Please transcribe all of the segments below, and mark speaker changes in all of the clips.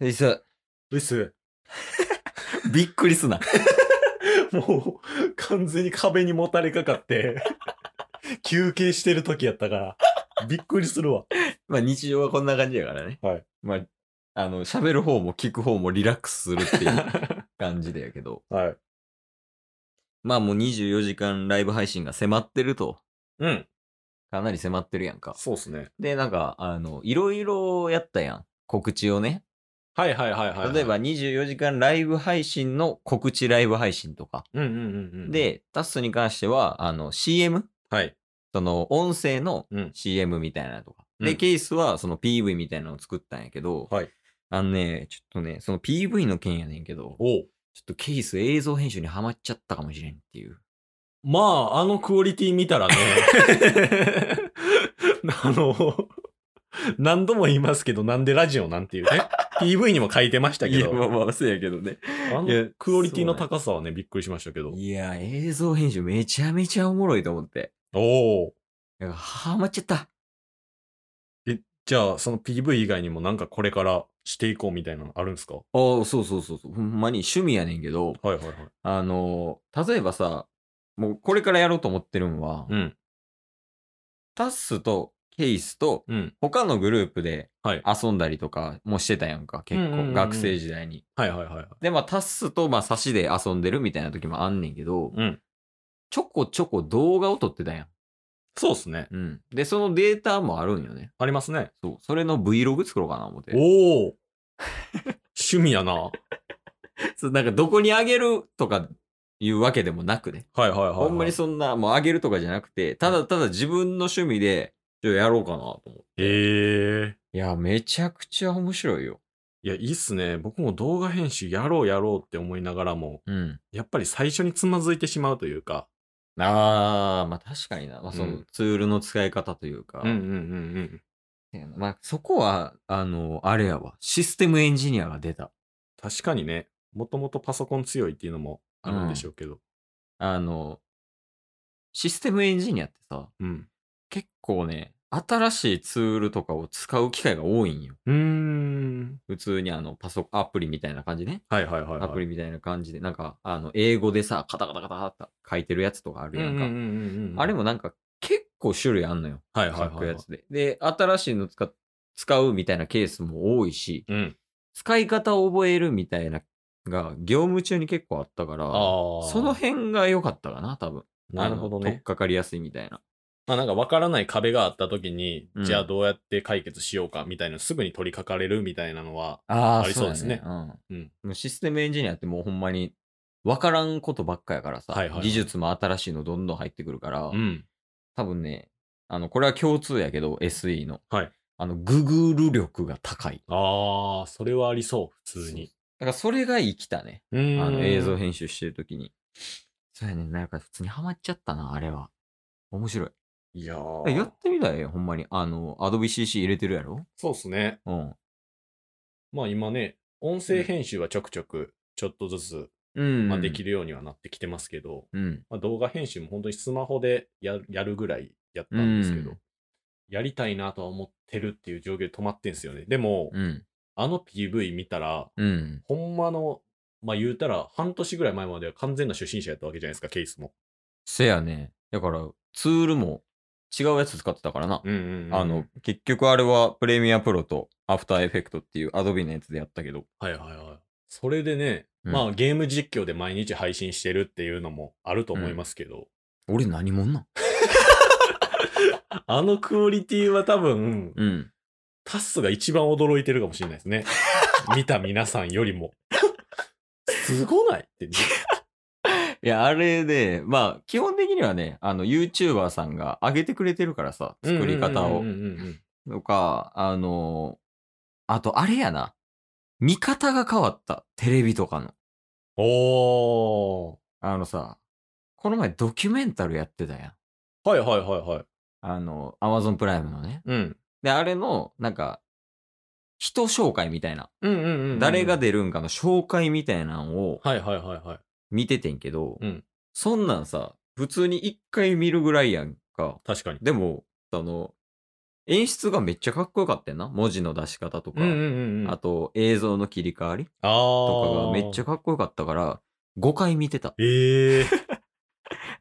Speaker 1: ルイス、
Speaker 2: ルイス、
Speaker 1: びっくりすな。
Speaker 2: もう、完全に壁にもたれかかって、 休憩してる時やったから、びっくりするわ。
Speaker 1: まあ日常はこんな感じやからね。
Speaker 2: はい。
Speaker 1: まあ、あの、喋る方も聞く方もリラックスするっていう 感じだやけど。
Speaker 2: はい。
Speaker 1: まあもう24時間ライブ配信が迫ってると。
Speaker 2: うん。
Speaker 1: かなり迫ってるやんか。
Speaker 2: そうっすね。
Speaker 1: で、なんか、あの、いろいろやったやん。告知をね。
Speaker 2: はいはいはいはい、
Speaker 1: 例えば、24時間ライブ配信の告知ライブ配信とか。
Speaker 2: うんうんうんうん。、
Speaker 1: で、タッスに関しては、あの、CM?
Speaker 2: はい。
Speaker 1: その、音声の
Speaker 2: うん
Speaker 1: CM みたいなのとか。
Speaker 2: う
Speaker 1: で、
Speaker 2: ん
Speaker 1: ケースは、その PV みたいなのを作ったんやけど、
Speaker 2: はい
Speaker 1: あのね、ちょっとね、その PV の件やねんけど、ちょ
Speaker 2: おう
Speaker 1: っとケース映像編集にハマっちゃったかもしれんっていう。
Speaker 2: まあ、あのクオリティ見た らね、あの、何度も言いますけど、なんでラジオなんていうね、PV にも書いてましたけど、
Speaker 1: まあ、そうやけどね。
Speaker 2: あ
Speaker 1: いや
Speaker 2: のクオリティの高さはね、びっくりしましたけど。
Speaker 1: いや、映像編集めちゃめちゃおもろいと思って。
Speaker 2: おお。
Speaker 1: いやハマっちゃった。
Speaker 2: じゃあ、その PV 以外にもなんかこれからしていこうみたいなのあるんですかは
Speaker 1: ああ、そうそうそうそう。ほんまに趣味やねんけど、
Speaker 2: いはいはい。
Speaker 1: あの、例えばさ、もうこれからやろうと思ってるんは、
Speaker 2: うん。
Speaker 1: タッスとケイスと
Speaker 2: うん。
Speaker 1: 他のグループで
Speaker 2: はい
Speaker 1: 遊んだりとかもしてたやんか、結
Speaker 2: うんうんうんう
Speaker 1: 構
Speaker 2: ん
Speaker 1: 学生時代に。
Speaker 2: はいはいはいはい。
Speaker 1: で、まあタッスとまあサシで遊んでるみたいな時もあんねんけど、
Speaker 2: うん。
Speaker 1: ちょこちょこ動画を撮ってたやん。
Speaker 2: そうですね。
Speaker 1: うん。で、そのデータもあるんよね。
Speaker 2: ありますね。
Speaker 1: そう。それの Vlog 作ろうかな思って。
Speaker 2: おお。趣味やな。はい
Speaker 1: そうなんかどこにあげるとかいうわけでもなくね。
Speaker 2: はいはい、はい。
Speaker 1: ほんまにそんな、もうあげるとかじゃなくて、ただただ自分の趣味で、ちょっとやろうかなと思って。
Speaker 2: ええ
Speaker 1: いや、めちゃくちゃ面白いよ。
Speaker 2: いや、いいっすね。僕も動画編集やろうやろうって思いながらも、
Speaker 1: うん。
Speaker 2: やっぱり最初につまずいてしまうというか。
Speaker 1: あー、まあ確かにな。まあその、
Speaker 2: うん
Speaker 1: ツールの使い方というか。
Speaker 2: うんうん。
Speaker 1: まあそこは、あの、あれやわ。システムエンジニアが出た。
Speaker 2: 確かにね、もともとパソコン強いっていうのもあるんでしょうけど。
Speaker 1: あの、システムエンジニアってさ、
Speaker 2: うん。
Speaker 1: 結構ね、新しいツールとかを使う機会が多いんよ。
Speaker 2: うーん。
Speaker 1: 普通にあの、パソコン、アプリみたいな感じね。
Speaker 2: はいはいはい、はい。
Speaker 1: アプリみたいな感じで、なんか、あの、英語でさ、カタカタカタって書いてるやつとかあるやんか。
Speaker 2: うんうんうんうんうん
Speaker 1: あれもなんか、結構種類あんのよ。
Speaker 2: はいはい
Speaker 1: 書
Speaker 2: は
Speaker 1: く
Speaker 2: いは
Speaker 1: や
Speaker 2: い。
Speaker 1: つで。で、新しいの使っ使うみたいなケースも多いし、
Speaker 2: うん。
Speaker 1: 使い方を覚えるみたいなが、業務中に結構あったから、
Speaker 2: ああ。
Speaker 1: その辺が良かったかな、多分。
Speaker 2: なるほど
Speaker 1: あの取っ
Speaker 2: ね。
Speaker 1: かかりやすいみたいな。
Speaker 2: まあなんか分からない壁があった時に、
Speaker 1: うん
Speaker 2: じゃあどうやって解決しようかみたいな、すぐに取り掛かれるみたいなのは、
Speaker 1: あ
Speaker 2: ーありそうですね
Speaker 1: うだねうん
Speaker 2: うん
Speaker 1: もうシステムエンジニアってもうほんまに、わからんことばっかやからさ、
Speaker 2: はいはいはい
Speaker 1: 技術も新しいのどんどん入ってくるから、
Speaker 2: うん。
Speaker 1: 多分ね、あの、これは共通やけど、SE の。
Speaker 2: はい。
Speaker 1: あの、ググる力が高い。
Speaker 2: ああ、それはありそう、普通に。
Speaker 1: だからそれが生きたね。
Speaker 2: あ
Speaker 1: あの、映像
Speaker 2: 編
Speaker 1: 編集してるときに。そうやねんな。なんか普通にハマっちゃったな、あれは。面白い。
Speaker 2: いやー
Speaker 1: やってみたいよ、ほんまに。あの、Adobe CC 入れてるやろ
Speaker 2: そうですね。
Speaker 1: うん。
Speaker 2: まあ今ね、音声編集はちょくちょく、ちょっとずつ、
Speaker 1: うん。
Speaker 2: まあ、でき
Speaker 1: る。
Speaker 2: るようにはなってきてますけど、
Speaker 1: うん。
Speaker 2: まあ、動画編集も本当にスマホでややるぐらいやったんですけど、
Speaker 1: うん
Speaker 2: やりたいなとは思ってるっていう状況で止まってんすよね。でも、
Speaker 1: うん。
Speaker 2: あの PV 見たら、
Speaker 1: うん。
Speaker 2: ほんまの、まあ言うたら、半年ぐらい前までは完全な初心者やったわけじゃないですか、ケースも。
Speaker 1: せやね。だから、ツールも違うやつ使ってたからな。
Speaker 2: うんうんうん
Speaker 1: あの、、結局あれはプレミアプロとアフターエフェクトっていう Adobe のやつでやったけど。
Speaker 2: はいはいはい。それでね、
Speaker 1: うん
Speaker 2: まあゲーム実況で毎日配信してるっていうのもあると思いますけど、
Speaker 1: 俺何者なん
Speaker 2: あのクオリティは多分、
Speaker 1: うん。
Speaker 2: タッスが一番驚いてるかもしれない ですね。見た皆さんよりも。すごないって。
Speaker 1: いや、あれで、まあ、基本的にはね、あの、YouTuber さんが上げてくれてるからさ、作り方を
Speaker 2: うんう。んうんうん
Speaker 1: とか、あのーあと、あれやな。見方が変わった。テレビとかの。
Speaker 2: おー。
Speaker 1: あのさ、この前ドキュメンタルやってたやん。
Speaker 2: はいはいはいはい。
Speaker 1: あの、Amazon プライムのね。
Speaker 2: うん。
Speaker 1: で、あれの、なんか、人紹介みたいな。
Speaker 2: うんうんうんうん
Speaker 1: 誰が出るんかの紹介みたいなのを
Speaker 2: はいはいはいはい。
Speaker 1: 見ててんけど、
Speaker 2: うん
Speaker 1: そんなんさ、普通に一回見るぐらいやんか。
Speaker 2: 確かに。
Speaker 1: でも、その、演出がめっちゃかっこよかったよな。文字の出し方とか、
Speaker 2: うんうんうんうん。
Speaker 1: あと映像の切り替わり
Speaker 2: あ
Speaker 1: とかが
Speaker 2: ー
Speaker 1: めっちゃかっこよかったから、5回見てた。
Speaker 2: ええ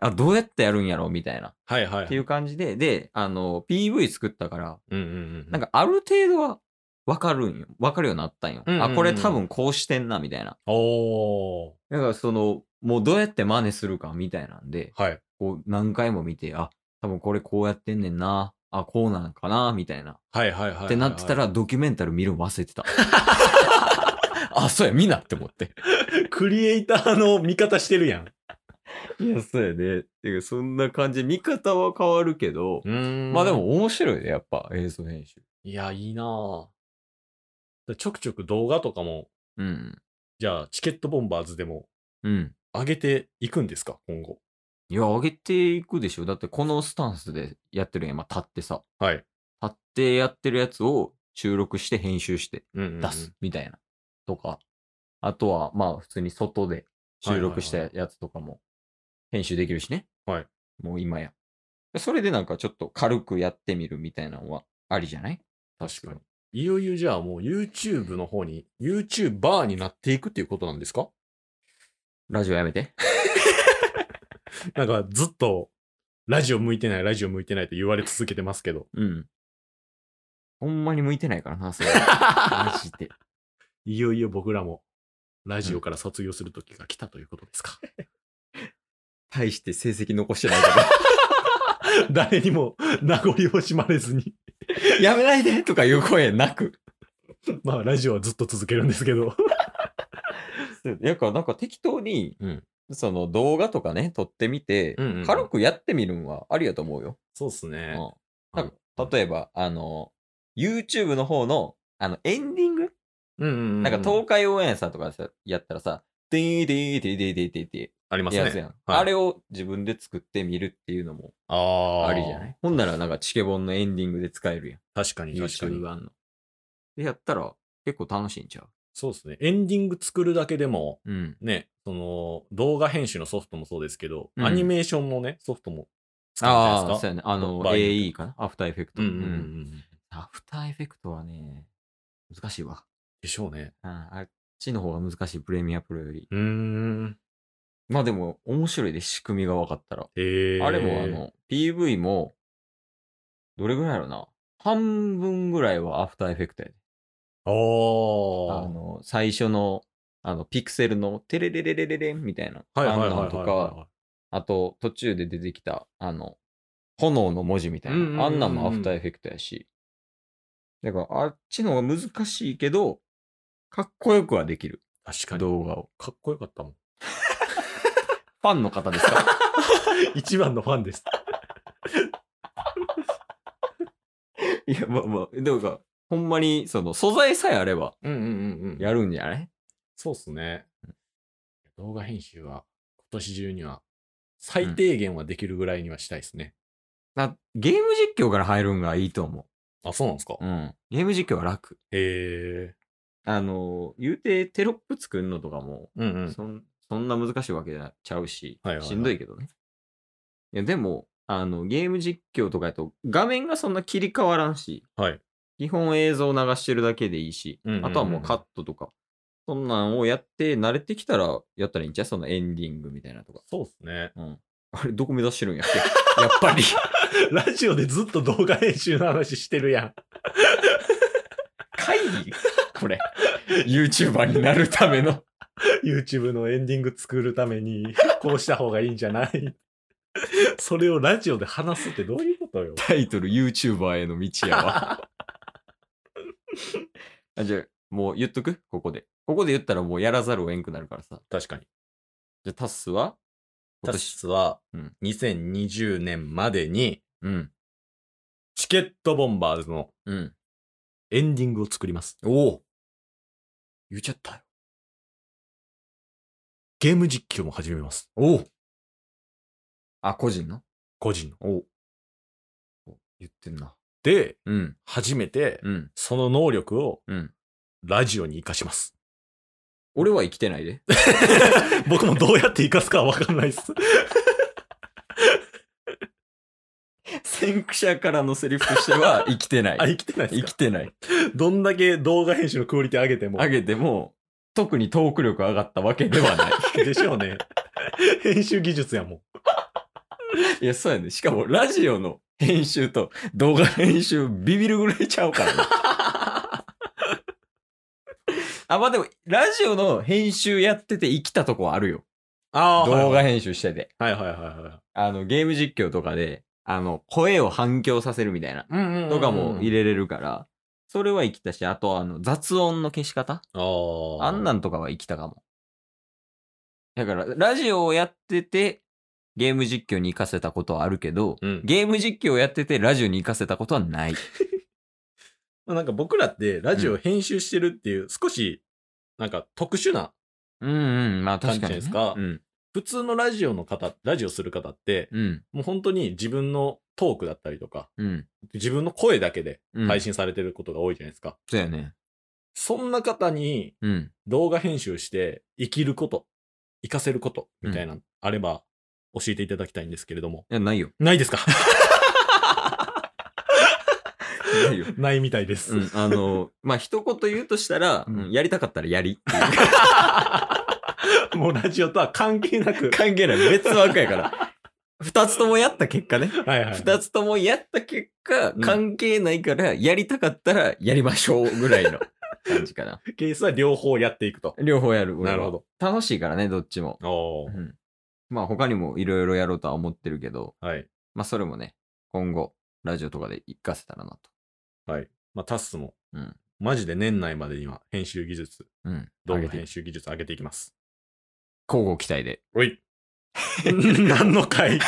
Speaker 1: あ、どうやってやるんやろみたいな。
Speaker 2: はいはい。
Speaker 1: っていう感じで、で、あの、PV 作ったから、
Speaker 2: うんうんうん。
Speaker 1: なん
Speaker 2: か、
Speaker 1: かある程度はわかるんよ。わかるようになったんよ。
Speaker 2: うんうんうん
Speaker 1: あ、これ多分こうしてんな、みたいな。
Speaker 2: おー。
Speaker 1: だからその、もうどうやって真似するか、みたいなんで、
Speaker 2: はい。
Speaker 1: こう何回も見て、あ、多分これこうやってんねんな。あ、こうなんかな、みたいな。
Speaker 2: はいはいはい。
Speaker 1: ってなってた、ら、ドキュメンタル見るの忘れ てた。あ、そうや、見なって思って。
Speaker 2: クリエイターの味方してるやん。
Speaker 1: いや、そうやね。てか、そんな感じ。見方は変わるけど、
Speaker 2: うん
Speaker 1: まあで。も面白いね、やっぱ、映像編集。
Speaker 2: いや、いいなぁ。でちょくちょく動画とかも、
Speaker 1: うん。
Speaker 2: じゃあ、チケットボンバーズでも
Speaker 1: うん。
Speaker 2: 上げていくんですか、今後。
Speaker 1: いや、上げていくでしょ。だって、このスタンスでやってるやん。今、立ってさ。
Speaker 2: はい。
Speaker 1: 立ってやってるやつを収録して、編集して、
Speaker 2: うん、
Speaker 1: 出す。。みたいな。とか。あとは、まあ、普通に外で収録した
Speaker 2: はい
Speaker 1: やつとかも、編集できるしね。
Speaker 2: はい。
Speaker 1: もう今や。それでなんか、ちょっと軽くやってみるみたいなのは、ありじゃない
Speaker 2: 確かに。いよいよじゃあもう YouTube の方に、YouTuber になっていくっていうことなんですか
Speaker 1: ラジオやめて。
Speaker 2: なんかずっと、ラジオ向いてない、ラジオ向いてないと言われ続けてます けど。
Speaker 1: うん。ほんまに向いてないからな、 それ。マジで。
Speaker 2: いよいよ僕らも、ラジオから卒業する時が来たということですか。
Speaker 1: 大して成績残してないか
Speaker 2: 誰に も名残惜しまれずに。
Speaker 1: ら。やめないでとかいう声なく。
Speaker 2: まあ、ラジオはずっと続けるんですけど。
Speaker 1: だからなんか適当に、
Speaker 2: うん
Speaker 1: その動画とかね、撮ってみて、
Speaker 2: うんうんうん
Speaker 1: 軽くやってみるんはありやと思うよ。
Speaker 2: そうっすね。
Speaker 1: うんなんか例えば、あの、YouTube の方の、あの、エンディング、
Speaker 2: うんうんうん
Speaker 1: なんか東海オンエアさんとかさやったらさ、でーでーでーでーでーでーで
Speaker 2: ありま
Speaker 1: ー
Speaker 2: す
Speaker 1: やつや
Speaker 2: ね
Speaker 1: ん、。
Speaker 2: はい
Speaker 1: あれを自分で作ってみるっていうのも
Speaker 2: ああ。
Speaker 1: ありじゃないほんならなんかチケボンのエンディングで使えるやん。
Speaker 2: 確かに確か
Speaker 1: YouTube
Speaker 2: に。
Speaker 1: 版の。で、やったら結構楽しいんちゃう
Speaker 2: そうですね。エンディング作るだけでも、
Speaker 1: うん。
Speaker 2: ね、その、動画編集のソフトもそうですけど、
Speaker 1: うん
Speaker 2: アニメーションのね、ソフトも使うじゃない
Speaker 1: あ
Speaker 2: で
Speaker 1: あ、そ
Speaker 2: すか。
Speaker 1: うやね。あの、
Speaker 2: バイオリ
Speaker 1: AE かなアフターエフェクト。
Speaker 2: うんうんうんう
Speaker 1: うん
Speaker 2: ん。
Speaker 1: アフターエフェクトはね、難しいわ。
Speaker 2: でしょうね。
Speaker 1: うんあっちの方が難しい、プレミアプロより。
Speaker 2: うーん。
Speaker 1: まあでも、面白いで、仕組みが分かったら。
Speaker 2: えー、
Speaker 1: あれも、あ、の、PV も、どれぐらいやろな。半分ぐらいはアフターエフェクトやで。あ
Speaker 2: あ
Speaker 1: の、最初の、あの、ピクセルの、テレレレレレレンみたいな。
Speaker 2: あ。はいはいはい
Speaker 1: あん
Speaker 2: は
Speaker 1: ないんとか、あと、途中で出てきた、あの、炎の文字みたいな。
Speaker 2: うんうんうんうん
Speaker 1: あんなんもアフターエフェクトやし。だから、あっちの方が難しいけど、かっこよくはできる。
Speaker 2: 確かに。
Speaker 1: 動画を。
Speaker 2: かっこよかったもん。
Speaker 1: ファンの方ですか
Speaker 2: 一番のファンです。
Speaker 1: いや、まあまあ、でもか、ほんまに、その、素材さえあれば、
Speaker 2: うんうんうん
Speaker 1: やるんじゃない
Speaker 2: そうっすね。動画編集は今年中には最低限はできるぐらいにはしたいですね。
Speaker 1: なゲーム実況から入るんがいいと思
Speaker 2: あ、そうなんですか
Speaker 1: う。うん。ゲーム実況は楽。
Speaker 2: へえ。
Speaker 1: あの、言うて、テロップ作るのとかも、
Speaker 2: うんう
Speaker 1: そんそんな難しいわけじゃちゃうし、
Speaker 2: はいはいはい
Speaker 1: しんどいけどね。いや、でも、あの、ゲーム実況とかやと、画面がそんな切り替わらんし、
Speaker 2: はい
Speaker 1: 基本映像流してるだけでいいし、
Speaker 2: うんうんうん
Speaker 1: あとはもうカットとか、そんなんをやって、慣れてきたら、やったらいいんちゃうそのエンディングみたいなとか。
Speaker 2: そうっすね。
Speaker 1: うん。あれ、どこ目指してるんやっけやっぱり。
Speaker 2: ラジオでずっと動画編集の話してるや
Speaker 1: 会議これ。YouTuber になるための。
Speaker 2: ん。YouTube のエンディング作るために、こうした方がいいんじゃ ないそれをラジオで話すってどういうことよ。
Speaker 1: タイトル YouTuber への道やわ。 あじゃあ、もう言っとくここで。ここで言ったらもうやらざるを得んくなるからさ。
Speaker 2: 確かに。
Speaker 1: じゃあ、タッスは今
Speaker 2: タ
Speaker 1: 年。
Speaker 2: スは
Speaker 1: うん、
Speaker 2: 2020年までに、
Speaker 1: うん。
Speaker 2: チケットボンバーズの
Speaker 1: うん。
Speaker 2: エンディングを作ります。
Speaker 1: おお言っちゃったよ。
Speaker 2: ゲーム実況も始めます。
Speaker 1: おおあ、個人の
Speaker 2: 個人の。
Speaker 1: おお言ってんな。
Speaker 2: で、
Speaker 1: うん。
Speaker 2: 初めて、
Speaker 1: うん。
Speaker 2: その能力を
Speaker 1: うん。
Speaker 2: ラジオに活かします。
Speaker 1: 俺は生きてないで。
Speaker 2: 僕もどうやって活かすかは分かんないです。
Speaker 1: 先駆者からのセリフとして は生きてな
Speaker 2: あ、
Speaker 1: い。
Speaker 2: 生きてないで
Speaker 1: 生
Speaker 2: すか
Speaker 1: きてない。
Speaker 2: どんだけ動画編集のクオリティ上げても
Speaker 1: 上。げても、特にトーク力上がったわけではない。
Speaker 2: でしょう ね。編集技術やもん。
Speaker 1: いや、そうやね。しかも、ラジオの編集と動画編集、ビビるぐらいちゃうからね。 あ、まあでも、ラジオの編集やってて生きたとこはあるよ。
Speaker 2: あ
Speaker 1: 動画編集してて。
Speaker 2: はいはいはいは
Speaker 1: あの、ゲーム実況とかで、あの、声を反響させるみたいな、
Speaker 2: い。うん
Speaker 1: とかも入
Speaker 2: れ。
Speaker 1: れれるから、それは生きたし、あと、あの、雑音の消し方
Speaker 2: ああ。
Speaker 1: あんなんとかは生きたかも。だから、ラジオをやってて、ゲーム実況に活かせたことはあるけど、
Speaker 2: うん
Speaker 1: ゲーム実況をやってて、ラジオに活かせたことはない。
Speaker 2: まあなんか僕らってラジオ編集してるっていう少しなんか特殊な、
Speaker 1: うんうん、まあ確かに、ね。
Speaker 2: 感じじゃないですか
Speaker 1: うん。
Speaker 2: 普通のラジオの方、ラジオする方って
Speaker 1: うん。
Speaker 2: もう本当に自分のトークだったりとか、
Speaker 1: うん。
Speaker 2: 自分の声だけで
Speaker 1: うん。
Speaker 2: 配信されてることが多いじゃないですか。
Speaker 1: そうやね。
Speaker 2: そんな方に
Speaker 1: うん。
Speaker 2: 動画編集して生きること、生かせることみたいな、あれば教えていただきたいんですけれども。
Speaker 1: いや、ないよ。
Speaker 2: ないですか
Speaker 1: ない よ。
Speaker 2: ないみたいです。
Speaker 1: うん、あの、まあ、一言言うとしたら、
Speaker 2: うん
Speaker 1: うんやりたかったらやりっていう。
Speaker 2: もうラジオとは関係な く。
Speaker 1: 関係ない。別枠や から。二つともやった結果ね。
Speaker 2: はいはい。
Speaker 1: 二つともやった結果、
Speaker 2: うん
Speaker 1: 関係ないから、やりたかったらやりましょうぐらいの感じかな。
Speaker 2: ケースは両方やっていくと。
Speaker 1: 両方やる。俺は
Speaker 2: なるほ。ど。
Speaker 1: 楽しいからね、どっちも。
Speaker 2: お
Speaker 1: う
Speaker 2: ー
Speaker 1: ん、まあ、他にもいろいろやろうとは思ってるけど、
Speaker 2: はい。
Speaker 1: まあ、それもね、今後、ラジオとかで活かせたらなと。
Speaker 2: まあ、タッスも、
Speaker 1: うん
Speaker 2: マジで年内までには編集技術、
Speaker 1: うん。
Speaker 2: 動画
Speaker 1: 上げ
Speaker 2: 編
Speaker 1: て
Speaker 2: 集技術上げていきます。
Speaker 1: 交互期待で。
Speaker 2: おい 何の回